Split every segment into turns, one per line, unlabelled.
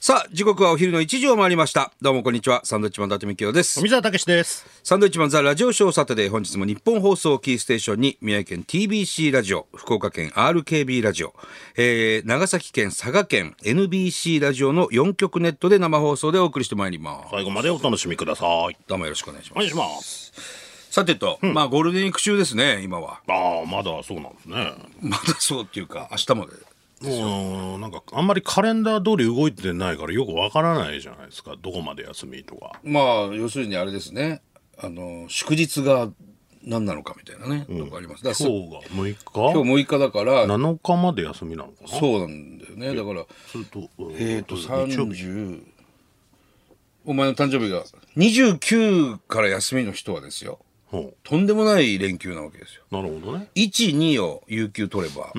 さあ、時刻はお昼の1時を回りました。どうもこんにちは。サンドウィッチマン伊達美京です。
富澤たけしです。
サンドウィッチマンザラジオショーサタデー本日も日本放送をキーステーションに宮城県 TBC ラジオ福岡県 RKB ラジオ、えー、長崎県佐賀県 NBC ラジオの4局ネットで生放送でお送りしてまいります
最後までお楽しみください。お
どうもよろしくお願いしま
願いします。
すさてと、まあゴールデンウィーク中ですね今は
ああ、まだそうなんですね。
まだそうっていうか明日まで
もう、なんか、あんまりカレンダー通り動いてないからよくわからないじゃないですか。どこまで休みとか。
まあ要するにあれですねあの祝日が何なのかみたいなね、とかありますだから
今日が6
今
日
日6日だから
7日まで休みなのかなそ
そうなんだよねだから
うと、
えー、と
日曜日
30お前の誕生日が29から休みの人はですよ
ほう
とんでもない連休なわけですよ
なるほどね。
12を有給取れば、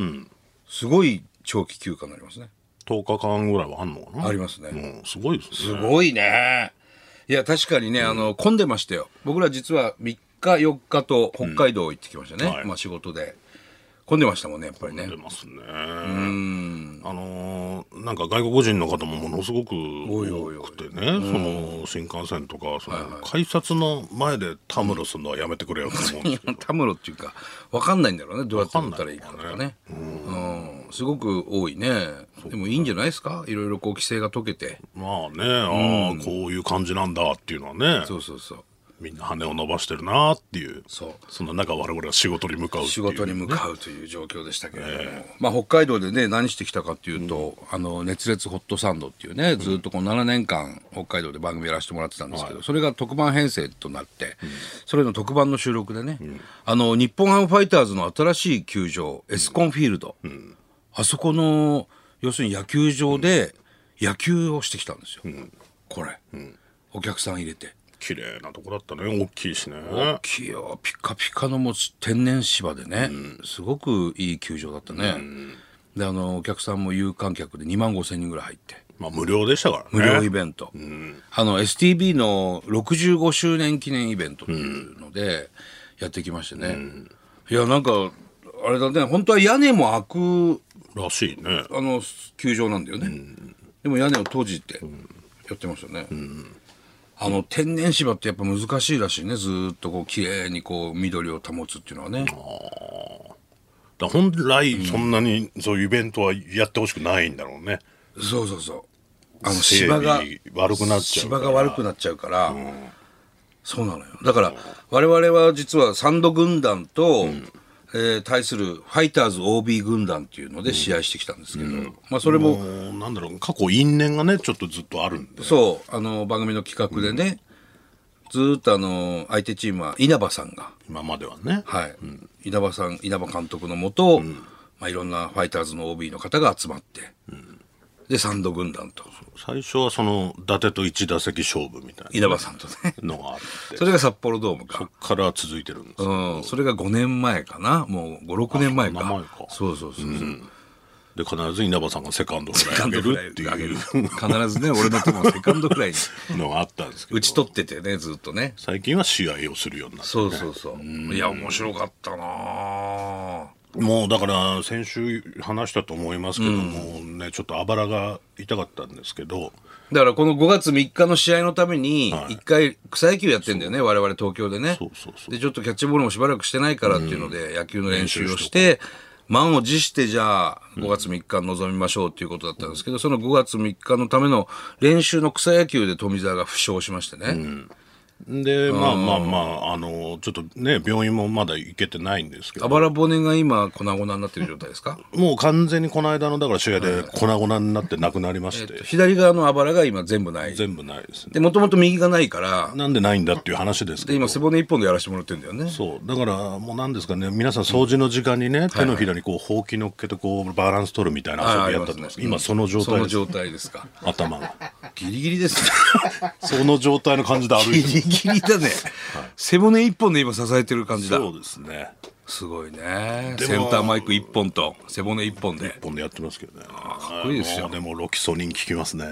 すごい長期休暇になりますね
10日間ぐらいはあんのかな
ありますね
うん、すごいです
す
ね。
ごいねいや確かにね、あの混んでましたよ僕ら実は3日4日と北海道行ってきましたね、
はい
まあ仕事で混んでましたもんねやっぱりね
出ますね。あのーなんか外国人の方もものすごく
いおいおい
多くてね、その新幹線とかその改札の前でタムロするのはやめてくれよと思うんです けど。
タムロっていうか分かんないんだろうねどうやって打ったらいいかとか
わかん
ねうん、すごく多いねでもいいんじゃないですかいろいろこう規制が解けて
まあね、ああ、こういう感じなんだっていうのはね
そ、うそうそう
みんな羽を伸ばしてるなっていう。
そう
の中我々は仕事に向かうっていう。
仕事に向かうという状況でしたけれども、まあ、北海道でね何してきたかっていうと、あの熱烈ホットサンドっていうねずっとこう7年間北海道で番組やらせてもらってたんですけど、それが特番編成となって、それの特番の収録でね、あの日本ハムファイターズの新しい球場エスコンフィールド、あそこの要するに野球場で野球をしてきたんですよ、これ、お客さん入れて。
綺麗なとこだったね、大きいしね。
大きいよピカピカの持つ天然芝でね、すごくいい球場だったね、であのお客さんも有観客で2万5千人ぐらい入って
まあ無料でしたからね。
無料イベント、あの STB の65周年記念イベントっていうのでやってきましてね、いやなんかあれだね本当は屋根も開く
らしいね。
あの球場なんだよね、でも屋根を閉じてやってましたね、あの天然芝ってやっぱ難しいらしいねずーっとこう綺麗にこう緑を保つっていうのはね
だから本来そんなにそういうイベントはやってほしくないんだろうね。
そうそうそうあの
整
芝
備
が
悪くなっちゃうか
芝
ら
が悪くなっちゃうから、そうなのよだから我々は実はサンド軍団と、えー対するファイターズ OB 軍団っていうので試合してきたんですけど、まあそれも
もうなんだろう過去因縁がねちょっとずっとあるんで
そうあの番組の企画でね、ずーっとあの相手チームは稲葉さんが、
今まではね、
はい稲葉さん稲葉監督のもと、まあ、いろんなファイターズの OB の方が集まって、でサンド軍団と
最初はその伊達と一打席勝負みたい
稲葉さんと ね
なのがあって
それが札幌ドームか、
そっから続いてるんですよ
うん、それが5年前かなもう56年前か
そんな前か
そうそうそうそう、
で必ず稲葉さんがセカンドフライ
セカ
あ
ン
げ
ドフ
る
ライ
って
あげ
い
る
う
必ずね俺のとこもセカンドフライ に
のがあったんですけど
打ち取っててねずっとね
最近は試合をするようになっ
そうそうそう、いや面白かったなあ
てもうだから先週話したと思いますけども、ねちょっとあばらが痛かったんですけど
だからこの5月3日の試合のために、一回草野球やってんだよね、我々東京でね
そうそうそう
で、ちょっとキャッチボールもしばらくしてないからっていうので、野球の練習をして、満を持してじゃあ5月3日臨みましょうっていうことだったんですけど、その5月3日のための練習の草野球で富澤が負傷しましてね。
でまあまあまああのちょっとね病院もまだ行けてないんですけど
あばら骨が今粉々になってる状態ですか、
もう完全にこの間のだから試合で粉々になってなくなりまして、
左側のあばらが今全部ない。
全部ないですね
で、もともと右がないから、
なんでないんだっていう話です
で
けど
今背骨一本でやらせてもらってるんだよね。
そうだからもうなんですかね皆さん掃除の時間にね、手のひらにこうほうき乗っけてこうバランス取るみたいな
あ
遊
あ
び
り
やっ
ま
た
す
と
ね
思うんですけど今その状
そ
態
の
です
状態ですか。
頭が
ギリギリ ですね。
その状態の感じで 歩
ギ
いてる
リギリだね。背骨一本で今支えてる感じだ。
そうですね
すごいね。
でも
センターマイク一本と背骨一本で。
今度やってますけどねか
っこいいですよ
でもロキソニン効きま すね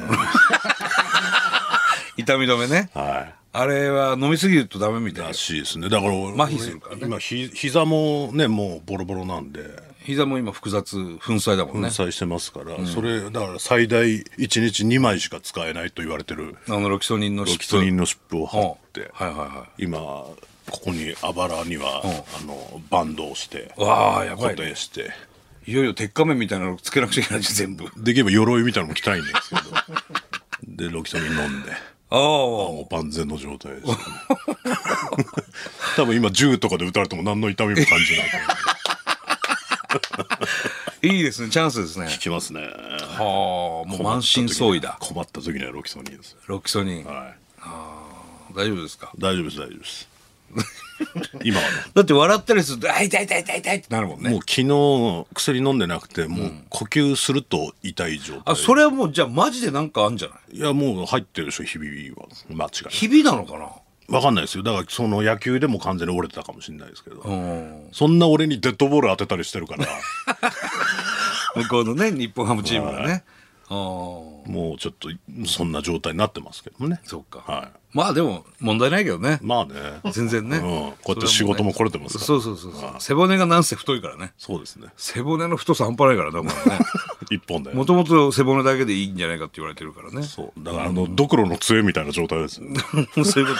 痛み止めね。
はい
あれは飲みすぎるとダメみたい
ら
な。
しいですねだから
麻痺するからね
今ひ膝もねもうボロボロなんで
膝も今複雑粉砕だもん
粉
ね、
砕してますから、それだから最大1日2枚しか使えないと言われてる
あのロキソニンの
ロキソニンの湿布を貼って、
はいはいは
今ここにあばらには、あのバンドをして
いわあやば
固
いね
定して、
いよいよ鉄仮面みたいなのつけなくちゃいけないじゃん全部
できれば鎧みたいなのも着たいんです けどでロキソニン飲んで
ああ
もう万全の状態です、ね、 多分今銃とかで撃たれても何の痛みも感じないと思う
いいですねチャンスですね
効きますね
はあもう満身創痍だ
困った時にはロキソニンです、
ロキソニン
はい、
大丈夫ですか
大丈夫です大丈夫です 今はね
だって笑ったりすると「あ痛い痛い痛い痛い」ってなるもんね
もう昨日薬飲んでなくてもう呼吸すると痛い状態、
あそれはもうじゃあマジでなんかあんじゃない
いやもう入ってるでしょ日々は間違いない
ひびなのかな
わかんないですよだからその野球でも完全に折れてたかもしれないですけど、
うん
そんな俺にデッドボール当てたりしてるから
向こうのね日本ハムチームがねああ
もうちょっとそんな状態になってますけどもね
そうか、
は
まあでも問題ないけどね
いまあね
全然ね、
うんこうやって仕事も来れてますから
そうそうそうそう背骨がなんせ太いからね
そうですね
背骨の太さ半端ないからだ からね
一本で
もともと背骨だけでいいんじゃないかって言われてるからねそ
そうだからあの、ドクロの杖みたいな状態ですよね
ういうことだね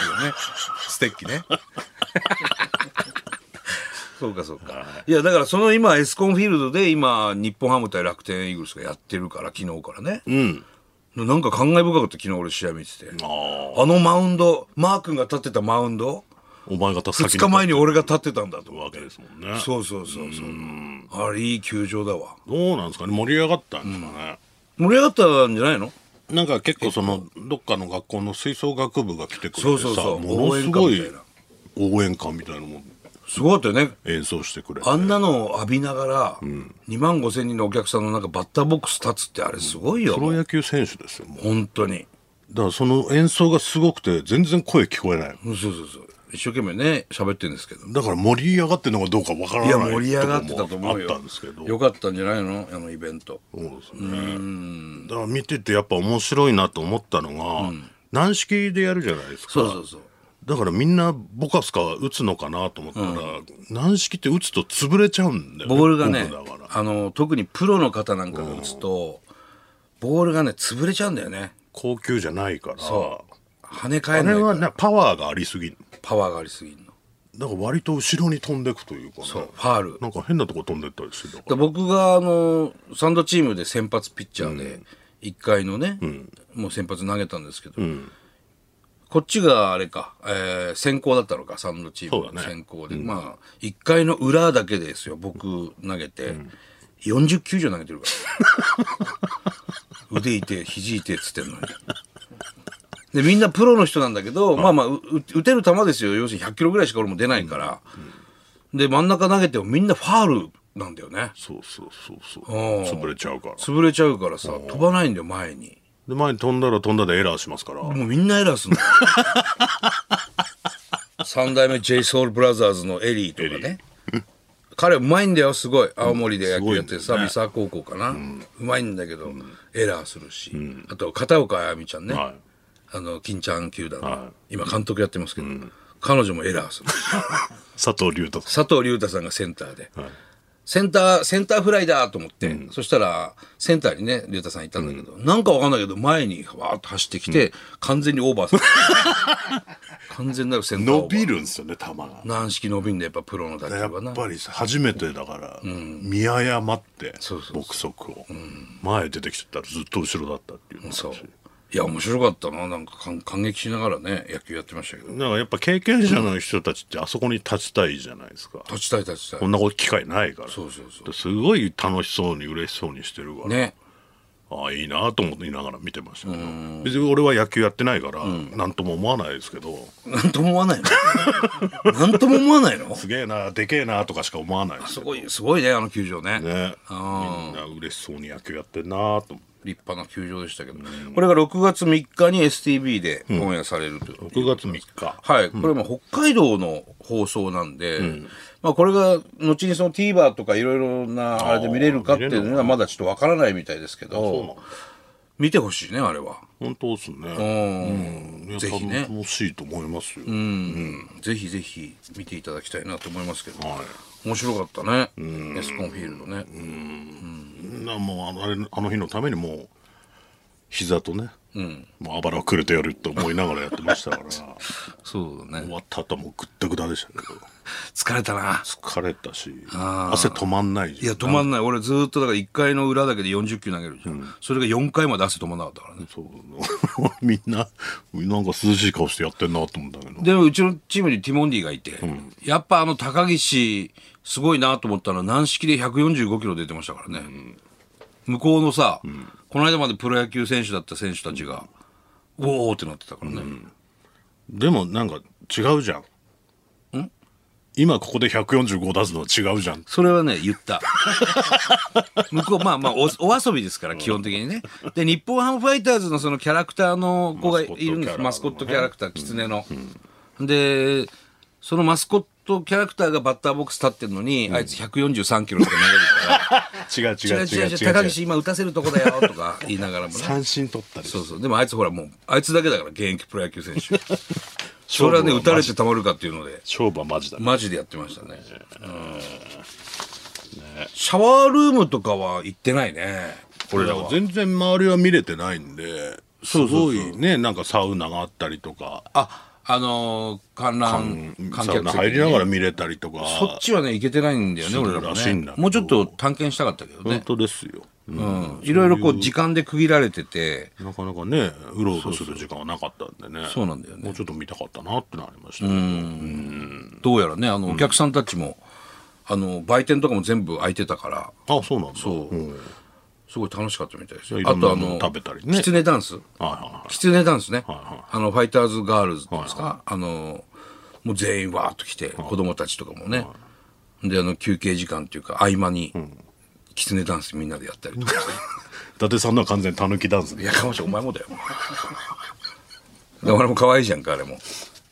ステッキね そうかそうかいやだからその今エスコンフィールドで今日本ハム対楽天イーグルスがやってるから昨日からね
うん
なんか感慨深かった昨日俺試合見てて
ああ
あのマウンドマー君が立ってたマウンド
お前方先
2日前
に
に俺が立ってたんだと
立ってるわけですもんね
そうそうそうそうあれいい球場だわ
どうなんですかね盛り上がったんですかね、
盛り上がったんじゃないの
なんか結構そのどっかの学校の吹奏楽部が来てくれてさ
そうそうそう
ものすご
応
い
援歌みたいな
応援歌みたいなのも
すごかったよね
演奏してくれて
あんなのを浴びながら2万5千人のお客さんの中バッターボックス立つってあれすごいよ、
プロ野球選手ですよもう
本当に
だからその演奏がすごくて全然声聞こえない
そうそうそう一生懸命ね喋ってるんですけど
だから盛り上がってるのかどうかわからない
いや盛り上がってたと思うよ
あったんですけど
よかったんじゃないのあのイベント
そうですねだから見ててやっぱ面白いなと思ったのが、軟式でやるじゃないですか
そうそうそう
だからみんなボカスカ打つのかなと思ったら、軟式って打つと潰れちゃうんだよ、
ボールがね
フォームだから
あの特にプロの方なんかが打つと、ボールがね潰れちゃうんだよね
高級じゃないから
跳ね
あ
返らな
れ
い
はねパワーがありすぎる
パワーがありすぎるの
だから割と後ろに飛んでくというかね
そうファール
なんか変なとこ飛んでったりするの
だ僕があのサンドチームで先発ピッチャーで1回のね、もう先発投げたんですけど、こっちがあれか、えー先行だったのかサンドチーム
そうだ
が
ね
先行で、まあ1回の裏だけですよ僕投げて、40球以上投げてるから 腕いて肘いてっつってんのに。でみんなプロの人なんだけど、まあまあう打てる球ですよ要するに100キロぐらいしか俺も出ないから、で真ん中投げてもみんなファールなんだよね
そうそうそうそう
うん
潰れちゃうから
潰れちゃうからさ飛ばないんだよ前に
で前に飛んだら飛んだでエラーしますから、
もうみんなエラーすんの三代目 j s o u l b r o t h e r s のエリーとかね彼うまいんだよすごい青森で野球やって
す
さ
ごいんだよね
三沢高校かなうまいんだけどエラーするしあと片岡あやみちゃんね
はい
あの金ちゃん球団
は
の今監督やってますけど彼女もエラーする
佐藤龍太
佐藤隆太さんがセンターで、
はい
センターセンターフライだと思って、そしたらセンターにね隆太さんいたんだけど、なんかわかんないけど前にわーっと走ってきて、完全にオーバーされた 完全なるセンター
伸
オーバー
びるんですよね球が
軟式伸びんだやっぱプロの打球
や
はな
っぱり初めてだから、見誤って
そうそうそう
僕速を、前出てきちゃったらずっと後ろだったっていうのがあるし
そういや面白かったななんか感感激しながらね野球やってましたけど
なんかやっぱ経験者の人たちってあそこに立ちたいじゃないですか、
立ちたい立ちたい
こんなこと機会ないから
そうそうそ
すごい楽しそうに嬉しそうにしてるから、
ね
ああいいなと思っていながら見てましたけど別に俺は野球やってないから何とも思わないですけど、
なんとも思わないの なんとも思わないの
すげえなでけえなとかしか思わないです
す
ね
ごいすごいねあの球場ね
みんな嬉しそうに野球やってんなと思って
立派な球場でしたけど、これが6月3日に STB でオンエアされるという、
6月3日
はい、これも北海道の放送なんで、まあ、これが後にその TVer とかいろいろなあれで見れるかっていうのはまだちょっとわからないみたいですけ
そうな
ど
の
見てほしいねあれは、
本当ですね
うん
いや
ぜひね
楽しいと思いますよ、
ぜひぜひ見ていただきたいなと思いますけど、
はい
面白かったねエスコンフィールドね
なもうあのあれあの日のためにもう膝とね、もうあばらをくれてやると思いながらやってましたから 終
そうだね
わった後もうぐったぐたでしたけど
疲れたな
疲れたし汗止まんない
い
じゃ
や
ん
止まんない俺ずーっとだから1回の裏だけで40球投げるじゃん、それが4回まで汗止まんなかったからね
そう みんななんか涼しい顔してやってんなと思ったけど
でもうちのチームにティモンディがいて、やっぱあの高岸すごいなと思ったのは軟式で145キロ出てましたからね、向こうのさ、この間までプロ野球選手だった選手たちが、おおってなってたからね、
でもなんか違うじゃん今ここで145出すのは違うじゃん
それはね、言 った。向こう、まあまあお、お遊びですから、基本的にね。で、日本ハムファイターズのそのキャラクターの子がいるんです。マ
マ
ス
ス
コッ
コッ
ト
ト
キャ
キャ
ラ
ラ
クター、キツネの。で、そのマスコットキャラクターがバッターボックス立ってるのに、あいつ143キロしか投げるか
違う違
ら、違う違う違う、高岸今打たせるとこだよ、とか言いながらもね。
三振取ったり
そうそう。でもあいつほらもう、あいつだけだから、現役プロ野球 選手。それはね、打たれてたまるかっていうので。
勝負はマジだね
マジでやってましたね。シャワールームとかは行ってないね。俺らは。
全然周りは見れてないんですごいねなんかサウナがあったりとか
あ、あのー観覧、観
サウ
客
ナ
席
入りながら見れたりとか
そっちはね、行けてないんだよね、
そう
俺らも
らしいん
ね
だ。けど
もうちょっと探検したかったけど
本
ね。
当ですよ、
うん。いろいろこう、時間で区切られてて、
なかなかねうろうろする時間はなかったんでね
そうなんだよね
もうちょっと見たかったなってなりましたね
どうやらね、あの、お客さんたちも、あの、売店とかも全部空いてたから、
あそうなんだそう
すごい楽しかったみたいですよ。
い
あ
ろんな
と、あ
もの
の、
食べたりね
キツネダンス。
はいはい
キツネダンスね、
はい
あのファイターズガールズっていうんですか、あのもう全員わーっと来て、子供たちとかもね、であの休憩時間っていうか合間に、キツネダンスみんなでやったりとか して
伊達さんのは完全にたぬきダンス
い
ね
やかましお前もだよで俺も可愛いじゃんかあれも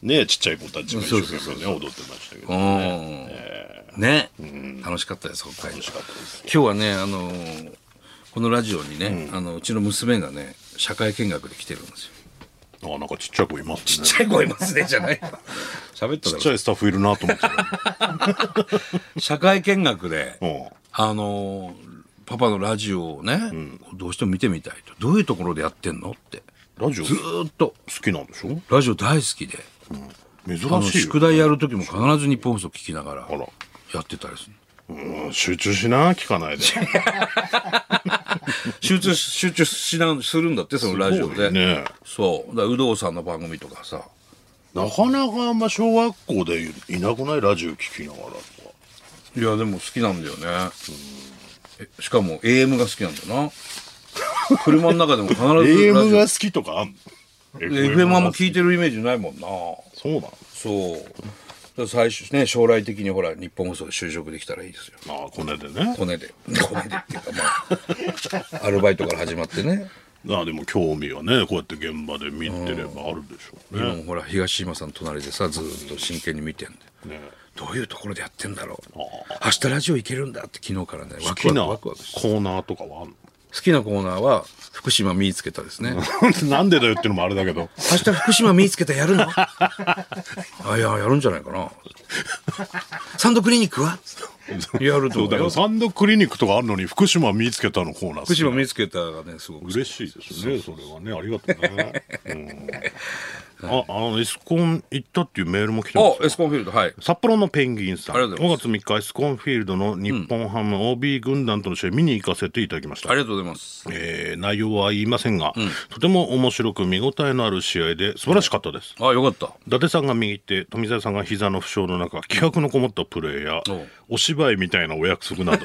ねちっちゃい子たちが一生懸命ね踊ってましたけど
う
楽
んね、楽しかったです北海道
しかったです
今日はねあのーこのラジオにね、うあのうちの娘がね社会見学で来てるんですよ
あなんかちっちゃい子いますねちっ
ちっちゃい声ますねじゃない喋っただ
ち
ろ
ゃいスタッフいるなと思って
社会見学で、
うん
あのーパパのラジオをね、どうしても見てみたいとどういうところでやってんのって
ラジオ
ずーっと
好きなんでしょ
ラジオ大好きであ
珍
の
しい
宿
よ、
題やる時も必ず日本放送聞きながら
あら
やってたりする
うん、集中しな聞かないで
集中し集中しなするんだってその ラジオ
すご
で、
いね
そうだから有働さんの番組とかさ
なかなかあんま小学校でいなくないラジオ聞きながらとか
いやでも好きなんだよねえしかも AM が好きなんだよな車の中でも必 ずラジオ
AM が好きとかあんの
FM はもう
い
聞いてるイメージないもんな
そうなの
そう。だから最初ね、将来的にほら、日本放送で就職できたらいいですよ。
ああこれでね
コネで。 コネでっていうか、ま あ、アルバイトから始まってね。
ああでも興味はねこうやって現場で見てればあるでしょうね,、
今もほら、東島さんの隣でさ、ずーっと真剣に見てんで。
ね
どういうところでやってんだろう。明日ラジオ行けるんだって昨日からね、
好
ワク
き
ワ
な
ク
コ
ワクワクして
ーナーとかはあんの
好きなコーナーは、福島見つけたですね。
なんでだよってのもあ れだけど。
明日福島見つけたやる のあ、いや、やるんじゃないかな。サンドクリニックはやると
そう
思う
だから
よ。
サンドクリニックとかあるのに福島見つけたのコーナー好き
福島見つけたがね、すごく
嬉しいですねそれはねありがとうね、 うん、ああのエスコン行ったっていうメールも来てます
あ、エスコンフィールド、はい。
札幌のペンギンさん
ありがとうござい
5月3日エスコンフィールドの日本ハム OB 軍団との試合見に行かせていただきました、
ありがとうございます。
えー内容は言いませんが、とても面白く見応えのある試合で素晴らしかったです、
あ、よかった。
伊達さんが右手富澤さんが膝の負傷の中気迫のこもったプレーや
おう
お芝居みたいなお約束 など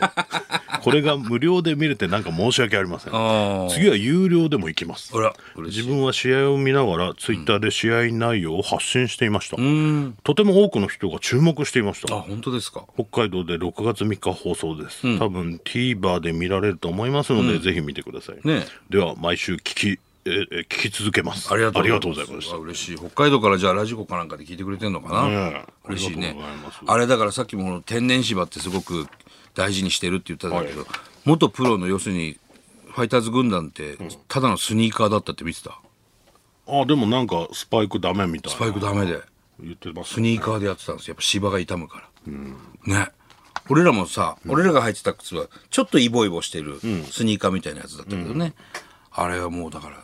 これが無料で見れてなんか申し訳ありません
あ
次は有料でも行きます
あら、嬉しい。
自分は試合を見ながらツイッターで試合内容を発信していました、とても多くの人が注目していまし
あ、
た
本当ですか。
北海道で6月3日放送です、多分 TVer で見られると思いますので、ぜひ見てください、
ね
では毎週聞きえーえー聞き続けます
ありがとう
ございまし
す。あ嬉しい。北海道からじゃあラジコかなんかで聞いてくれてんのかな。
ねえ
嬉しい
あ
ね
りがとうございます。
あれだからさっきもこの天然芝ってすごく大事にしてるって言ったんだけど、元プロの要するにファイターズ軍団ってただのスニーカーだったって見てた。
たあでもなんかスパイクダメみたいな
スパイクダメで
言ってます
スニーカーでやってたんですよ。やっぱ芝が傷むから。ね。俺らもさ、俺らが履いてた靴はちょっとイボイボしてるスニーカーみたいなやつだったけどね、あれはもうだから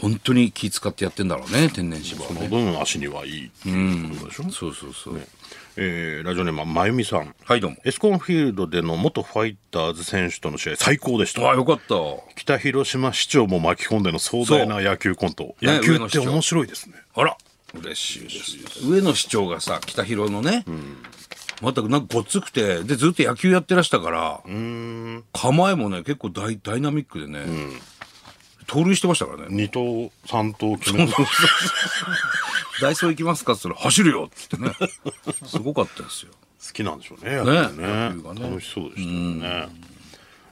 本当に気使ってやってんだろうね天然芝は
そ
ね
の分足にはいいっていうことでしょ、
そうそうそう、
えーラジオネームまゆみさん
はいどうも
エスコンフィールドでの元ファイターズ選手との試合最高でした
ああよかった
北広島市長も巻き込んでの壮大な野球コント、
ね
野球
上野
っ
市
て
長
面白いですね
あら嬉しいです上野市長がさ北広のね、またなんかごっつくてでずっと野球やってらしたから構えもね結構ダイダイナミックでね、盗塁してましたからね
二投三投決めた
「ダイソー行きますか?」っつったら「走るよ」っつってね すごかったですよ
好きなんでしょ うね野球ね
野球がね
楽しそうでしたよね、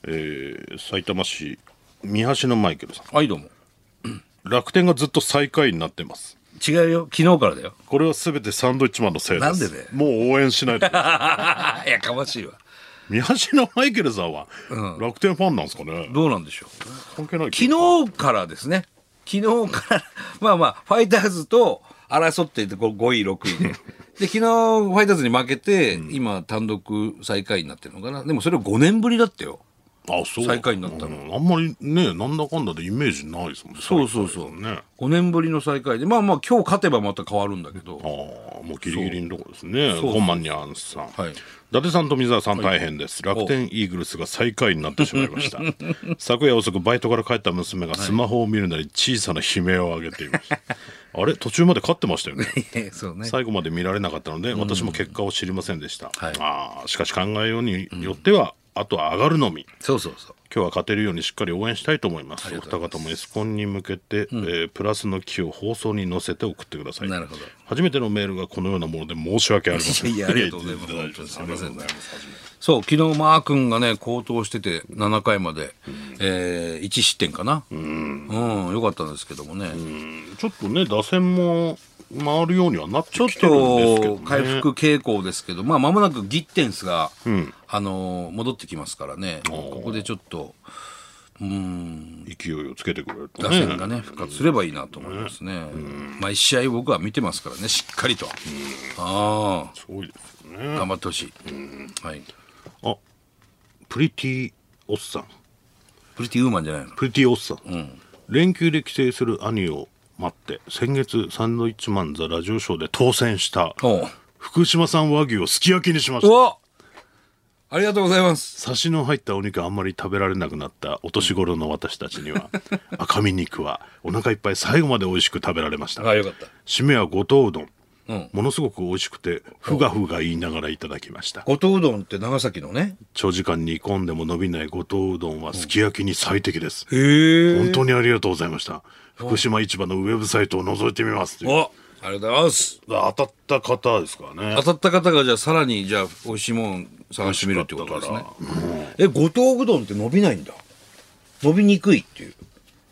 えー、埼玉市三橋のマイケルさん
はいどうも
楽天がずっと最下位になってます
違うよ昨日からだよ
これは全てサンドイッチマンのせいです
なんでだよ
もう応援しない で
やかましいわ
三橋のマイケルさんは楽天ファンなんですかね、
どうなんでしょう
関係ないけど
昨日からですね昨日から まあまあファイターズと争っていてこう5位6位で で昨日ファイターズに負けて、今単独最下位になってるのかなでもそれ5年ぶりだったよ
あそう
最下位になったの
うんあんまりねなんだかんだでイメージないですもんね
そうそうそう
最下位ね
5年ぶりの最下位でまあまあ今日勝てばまた変わるんだけど
ああもうギリギリのとこですねコンマニャンさん、
はい
伊達さんと水沢さん大変です、楽天イーグルスが最下位になってしまいました 昨夜遅くバイトから帰った娘がスマホを見るなり小さな悲鳴を上げていました あれ途中まで勝ってましたよね
そうね
最後まで見られなかったので私も結果を知りませんでした、
はい
ああしかし考えようによっては、あとは上がるのみ
そうそうそう
今日は勝てるようにしっかり応援したいと思います。お二方もエスコンに向けて、えープラスの気を放送に乗せて送ってください。
なるほど
初めてのメールがこのようなもので申し訳ありませ ん。
いやいやありがとうございます
やや大丈夫ですあ
本
り
当にすいうませ
がと
ん
ございます。
そう昨日マー君がね好投してて7回まで、えー、1失点かなうんよかったんですけどもね、
ちょっとね、打線も回るようにはなって
ちょっ
きてるんですけど、
と
ね、
回復傾向ですけど、まあ、間もなくギッテンスが、
ん
あのー戻ってきますからね、ここでちょっと、
勢いをつけてくれると
打
ね。
線がね、復活すればいいなと思いますね。毎試合僕は見てますからね、しっかりと。あ
すごいですよ
あ、
ね。
頑張ってほしい。はい。
あ、プリティおっさん。
プリティウーマンじゃないの
プリティおっさん、連休で帰省する兄を待って先月サンドイッチマンザラジオショーで当選した
おう
福島産和牛をすき焼きにしまし
う
た
わありがとうございます。
サシの入ったお肉あんまり食べられなくなったお年頃の私たち には赤身肉はお腹いっぱい最後まで美味しく食べられました
あよかった。
締めは五島うどん、
うん
ものすごく美味しくてふがふが言いながらいただきました
五島うどんって長崎のね。
長時間煮込んでも伸びない五島うどんはすき焼きに最適です、
へえ。
本当にありがとうございました福島市場のウェブサイトを覗いてみますという
おありがとうございます。
当たった方ですからね
当たった方がじゃあさらにじゃあ美味しいもん探してみるってことですね
だか
え五島うどんって伸びないんだ伸びにくいっていう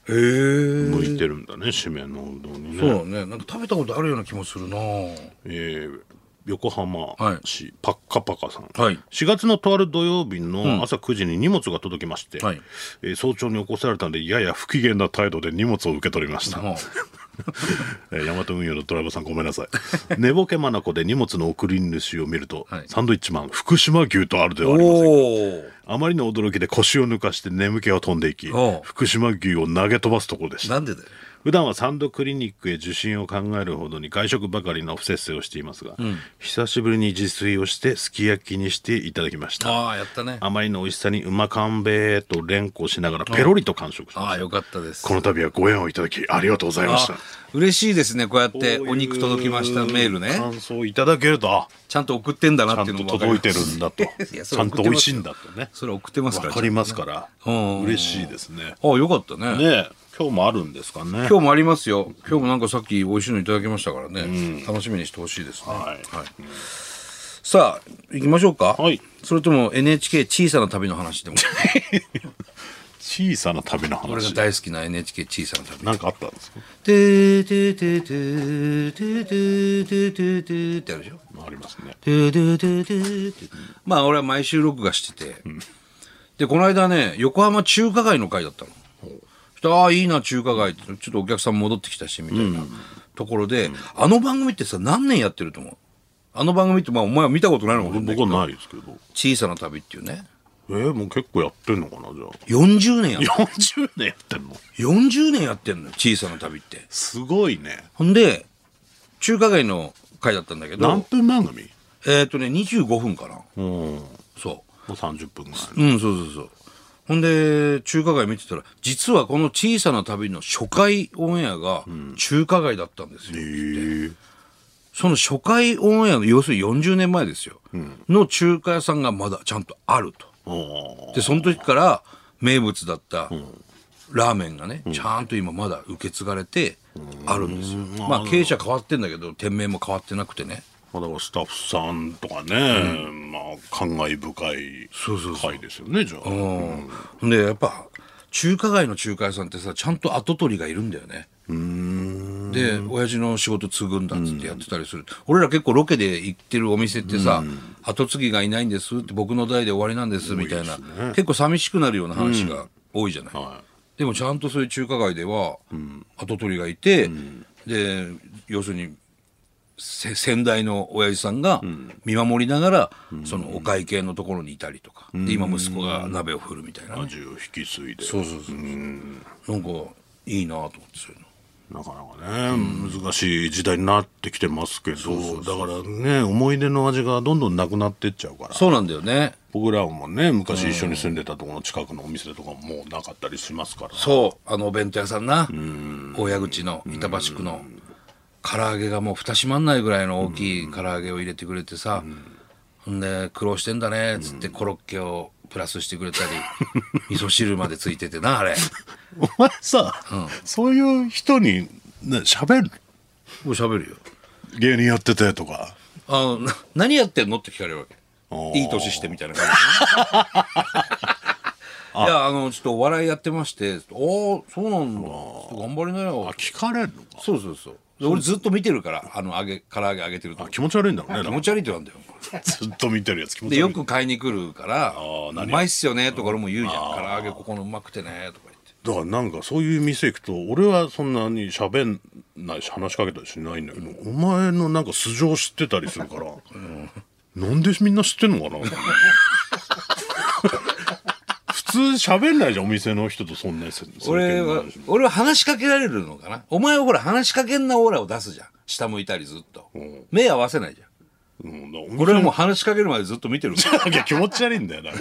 へえ
向いてるんだね締めのうどんに
そうだ
ね、
ねなんか食べたことあるような気もするな
えー横浜市、パッカパカさん、
はい
4月のとある土曜日の朝9時に荷物が届きまして、
はい
えー早朝に起こされたのでやや不機嫌な態度で荷物を受け取りました、
は
えー、ヤマト運輸のドライバーさんごめんなさい 寝ぼけまなこで荷物の送り主を見ると、
はい
サンドイッチマン福島牛とあるではありませんか
おお
あまりの驚きで腰を抜かして眠気が飛んでいき
おう
福島牛を投げ飛ばすところでした
なんでだよ
普段はサンドクリニックへ受診を考えるほどに外食ばかりの不節制をしていますが、久しぶりに自炊をしてすき焼きにしていただきました
ああやったね
あまりの美味しさにうまかんべえと連呼しながらペロリと完食し
あ
まし
あ
た
よかったです
この度はご縁をいただきありがとうございました
あ嬉しいですねこうやって
こういう
お肉届きましたメールね
感想いただけるとあ
ちゃんと送ってんだ
ち
な
ゃ
っ
ん
ていう
と
のも分かり
届い
ます
てるんだ と
いやそ
ち
れ
ゃ
送っ
ん
てます
と美味しいんだとね
それ送ってますか
わ
ら
かりますから
うん
嬉しいですね
ああよかったね
ねえ今日もあるんですか
今
ね
日もありますよ今日もなんかさっき美味しいのいただきましたからね、楽しみにしてほしいですね、
はい
さあ行きましょうか、
はい
それとも NHK 小さな旅の話でも
小さな旅の
俺が
話
大好きな NHK 小さな旅
なんかあったんですか
てーてーてーてーてーてーてーてーてーってあるでしょ
ありますね
てーてーてーてーてーまあ俺は毎週録画してて、でこの間ね横浜中華街の会だったのそしたらああいいな中華街ってちょっとお客さん戻ってきたしみたいなところで、あの番組ってさ何年やってると思うあの番組って、まあ、お前は見たことないのかもしれない
僕はないですけど
小さな旅っていうね
えー、もう結構やってんのかなじゃ
40年や
あ40年やってんの
40年やってんのよ小さな旅って
すごいね
ほんで中華街の回だったんだけ
何
ど
分番組
えっ、とね25分かな
うんも
そう
30分ぐらいの
ううんそうそうそうほんで中華街見てたら実はこの小さな旅の初回オンエアが中華街だったんですよ、
へえ
その初回オンエアの要するに40年前ですよ、の中華屋さんがまだちゃんとあると
あ
でその時から名物だったラーメンがね、ちゃんと今まだ受け継がれてあるんですよ、まあ経営者変わってんだけど店名も変わってなくてね
あだからスタッフさんとかね、まあ感慨深い
そうそうそう
回ですよねじゃあ、
うん、でやっぱ中華街の中華屋さんってさちゃんと跡取りがいるんだよねで親父の仕事継ぐんだっつってやってたりする、俺ら結構ロケで行ってるお店ってさ、跡継ぎがいないんですって僕の代で終わりなんですみたいな結構寂しくなるような話が多いじゃない、
は
でもちゃんとそういう中華街では跡取りがいて、で要するにせ先代の親父さんが見守りながら、そのお会計のところにいたりとか、で今息子が鍋を振るみたいなね、
い、味を引き継いで
そうそうそうそうなんかいいなと思ってそういうの
なかなかね、難しい時代になってきてますけどだからね思い出の味がどんどんなくなってっちゃうから
そうなんだよね
僕らもね昔一緒に住んでたところの近くのお店とかももうなかったりしますから
そうあのお弁当屋さんな大谷口の板橋区の唐揚げがもう蓋閉まんないぐらいの大きい唐揚げを入れてくれてさほんで苦労してんだねっつってコロッケをプラスしてくれた り味噌汁までついててなあれ
お前さ、そういう人にね喋る
もう喋るよ
芸人やっててとか
あのな何やってんのって聞かれるわけ
おー
いい年してみたいな感じいや あのちょっとお笑いやってまして「おおそうなんだちょっと頑張りなよ」
聞かれるのか
そうそうそうで俺ずっと見てるからあの揚げ唐揚げ揚げてるとこ
気持ち悪いんだろうね
気
だ
持ち悪いってなんだよ
からずっと見てるやつ気持
で
ち
よ
悪い
く買いに来るから「
何
うまいっすよね」とか俺も言うじゃん「唐揚げここのうまくてね」とか言って
だからなんかそういう店行くと俺はそんなに喋んないし話しかけたりしないんだけど、お前のなんか素性知ってたりするから、なんでみんな知ってん のかな普通喋んないじゃんお店の人とそんなやつ
俺は俺は話しかけられるのかなお前はほら話しかけんなオーラを出すじゃん下向いたりずっと
ん
目合わせないじゃん俺
俺
は
は
も
も
う話しかけるまでずっと見てるから
ういや気持ち悪いんだよだか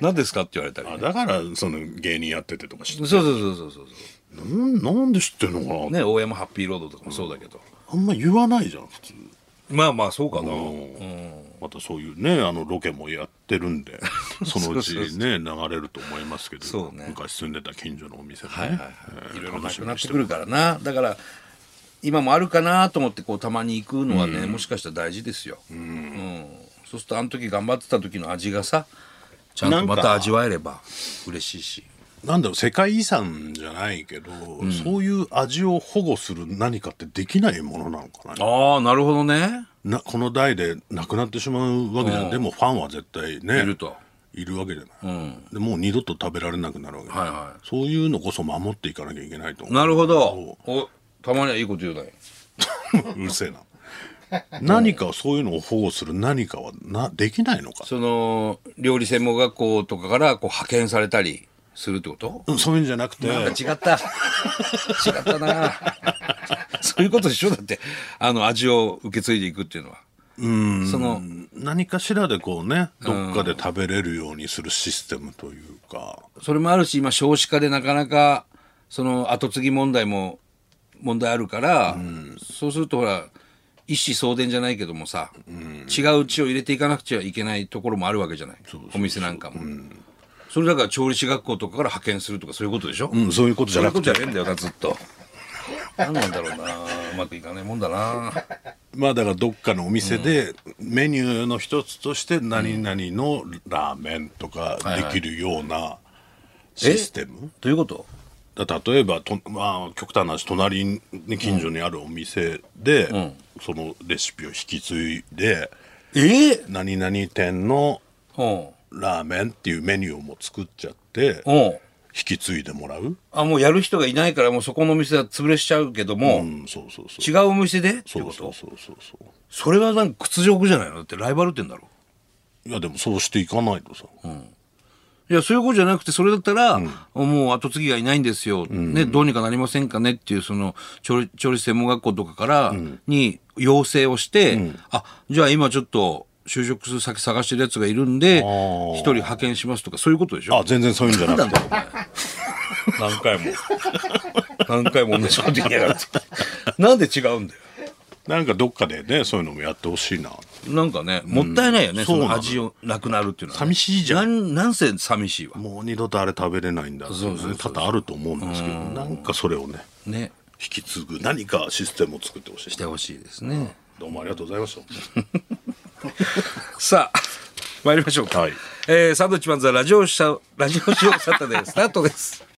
何ですかって言われたり
らあだからその芸人やっててとか知って
そうそうそうそうそうそ
なんなんで知ってんのかな、
うね大山ハッピーロードとかもそうだけど、
あんま言わないじゃん普通
まあまあそうかな、
またそういうねあのロケもやってるんで そのうち
そうそう
ね流れると思いますけ
そ
ど、
うね
昔住んでた近所のお店でね、
はいはいは
え
い、
ー
いろいろな
楽し
く
み
なっ
にしてて
くるからなだから今もあるかなと思ってこうたまに行くのはね、もしかしたら大事ですよ、うんそうするとあの時頑張ってた時の味がさちゃんとま
なん
た
か
味わえれば嬉しいし
なんだろう世界遺産じゃないけど、そういう味を保護する何かってできないものなのかな
ああなるほどね
なこの代でなくなってしまうわけじゃん、でもファンは絶対ね
いると
いるわけじゃない、でもう二度と食べられなくなるわけ、
はいは
そういうのこそ守っていかなきゃいけないと思う
なるほどおたまにはいいこと言うね
うるせえな。何かそういうのを保護する何かはなできないのか。
その料理専門学校とかからこう派遣されたりするってこと
うんそういうんじゃなくて、
なんか違った。違ったな。そういうことでしょだって、あの、味を受け継いでいくっていうのは。うん。その、
何かしらでこうね、どっかで食べれるようにするシステムというか、
それもあるし、今少子化でなかなか、その、後継ぎ問題も、問題あるから、そうするとほら、一子相伝じゃないけどもさ、違う血を入れていかなくちゃいけないところもあるわけじゃない。お店なんかも。それだから調理師学校とかから派遣するとかそういうことでしょ、う
うん、そういうことじ
そ
ゃ
ういう
な
こ
く
と
て、
じゃねえんだよな、ずっと。何なんだろうな。うまくいかないもんだな。
まあだからどっかのお店でメニューの一つとして何々のラーメンとかできるようなシステム、
どういうこと
だ例えばと、まあ、極端な話隣に近所にあるお店で、そのレシピを引き継いで
ええ
何々店の
うん。
ラーメンっていうメニューをもう作っちゃって
うん。
引き継いでもらう、
あもうやる人がいないからもうそこのお店は潰れしちゃうけども、
うん、そうそうそう
違うお店でって
そ
こ
うそ
と
うそうそうそう
それはなんか屈辱じゃないのだってライバル店だろ
いやでもそうしていかないとさ、
いやそういうことじゃなくてそれだったら、もう後継ぎがいないんですよ、ね、どうにかなりませんかねっていうその調理調理師専門学校とかからに要請をして、あじゃあ今ちょっと就職する先探してるやつがいるんで
ー
一人派遣しますとかそういうことでし
あ
ょ
全然そういうんじゃなくて
何回も何回も同じこと言いやがって なんで違うんだよ
なんかどっかでねそういうのもやってほしいな
なんかねもったいないよね、
ん
そ
そうな
の
の
味をなくなるっていうのはね、
寂しいじゃ
なんなんせ寂しいわ
もう二度とあれ食べれないんだって
そうそうそう
多々あると思うんですけどなんかそれをね
ね
引き継ぐ何かシステムを作ってほしい
してほしいですね、
どうもありがとうございました
さあ、参りましょうか。
はい
えーサンドウィッチマンザラジオシャ、ラジオショーサタデースタートです。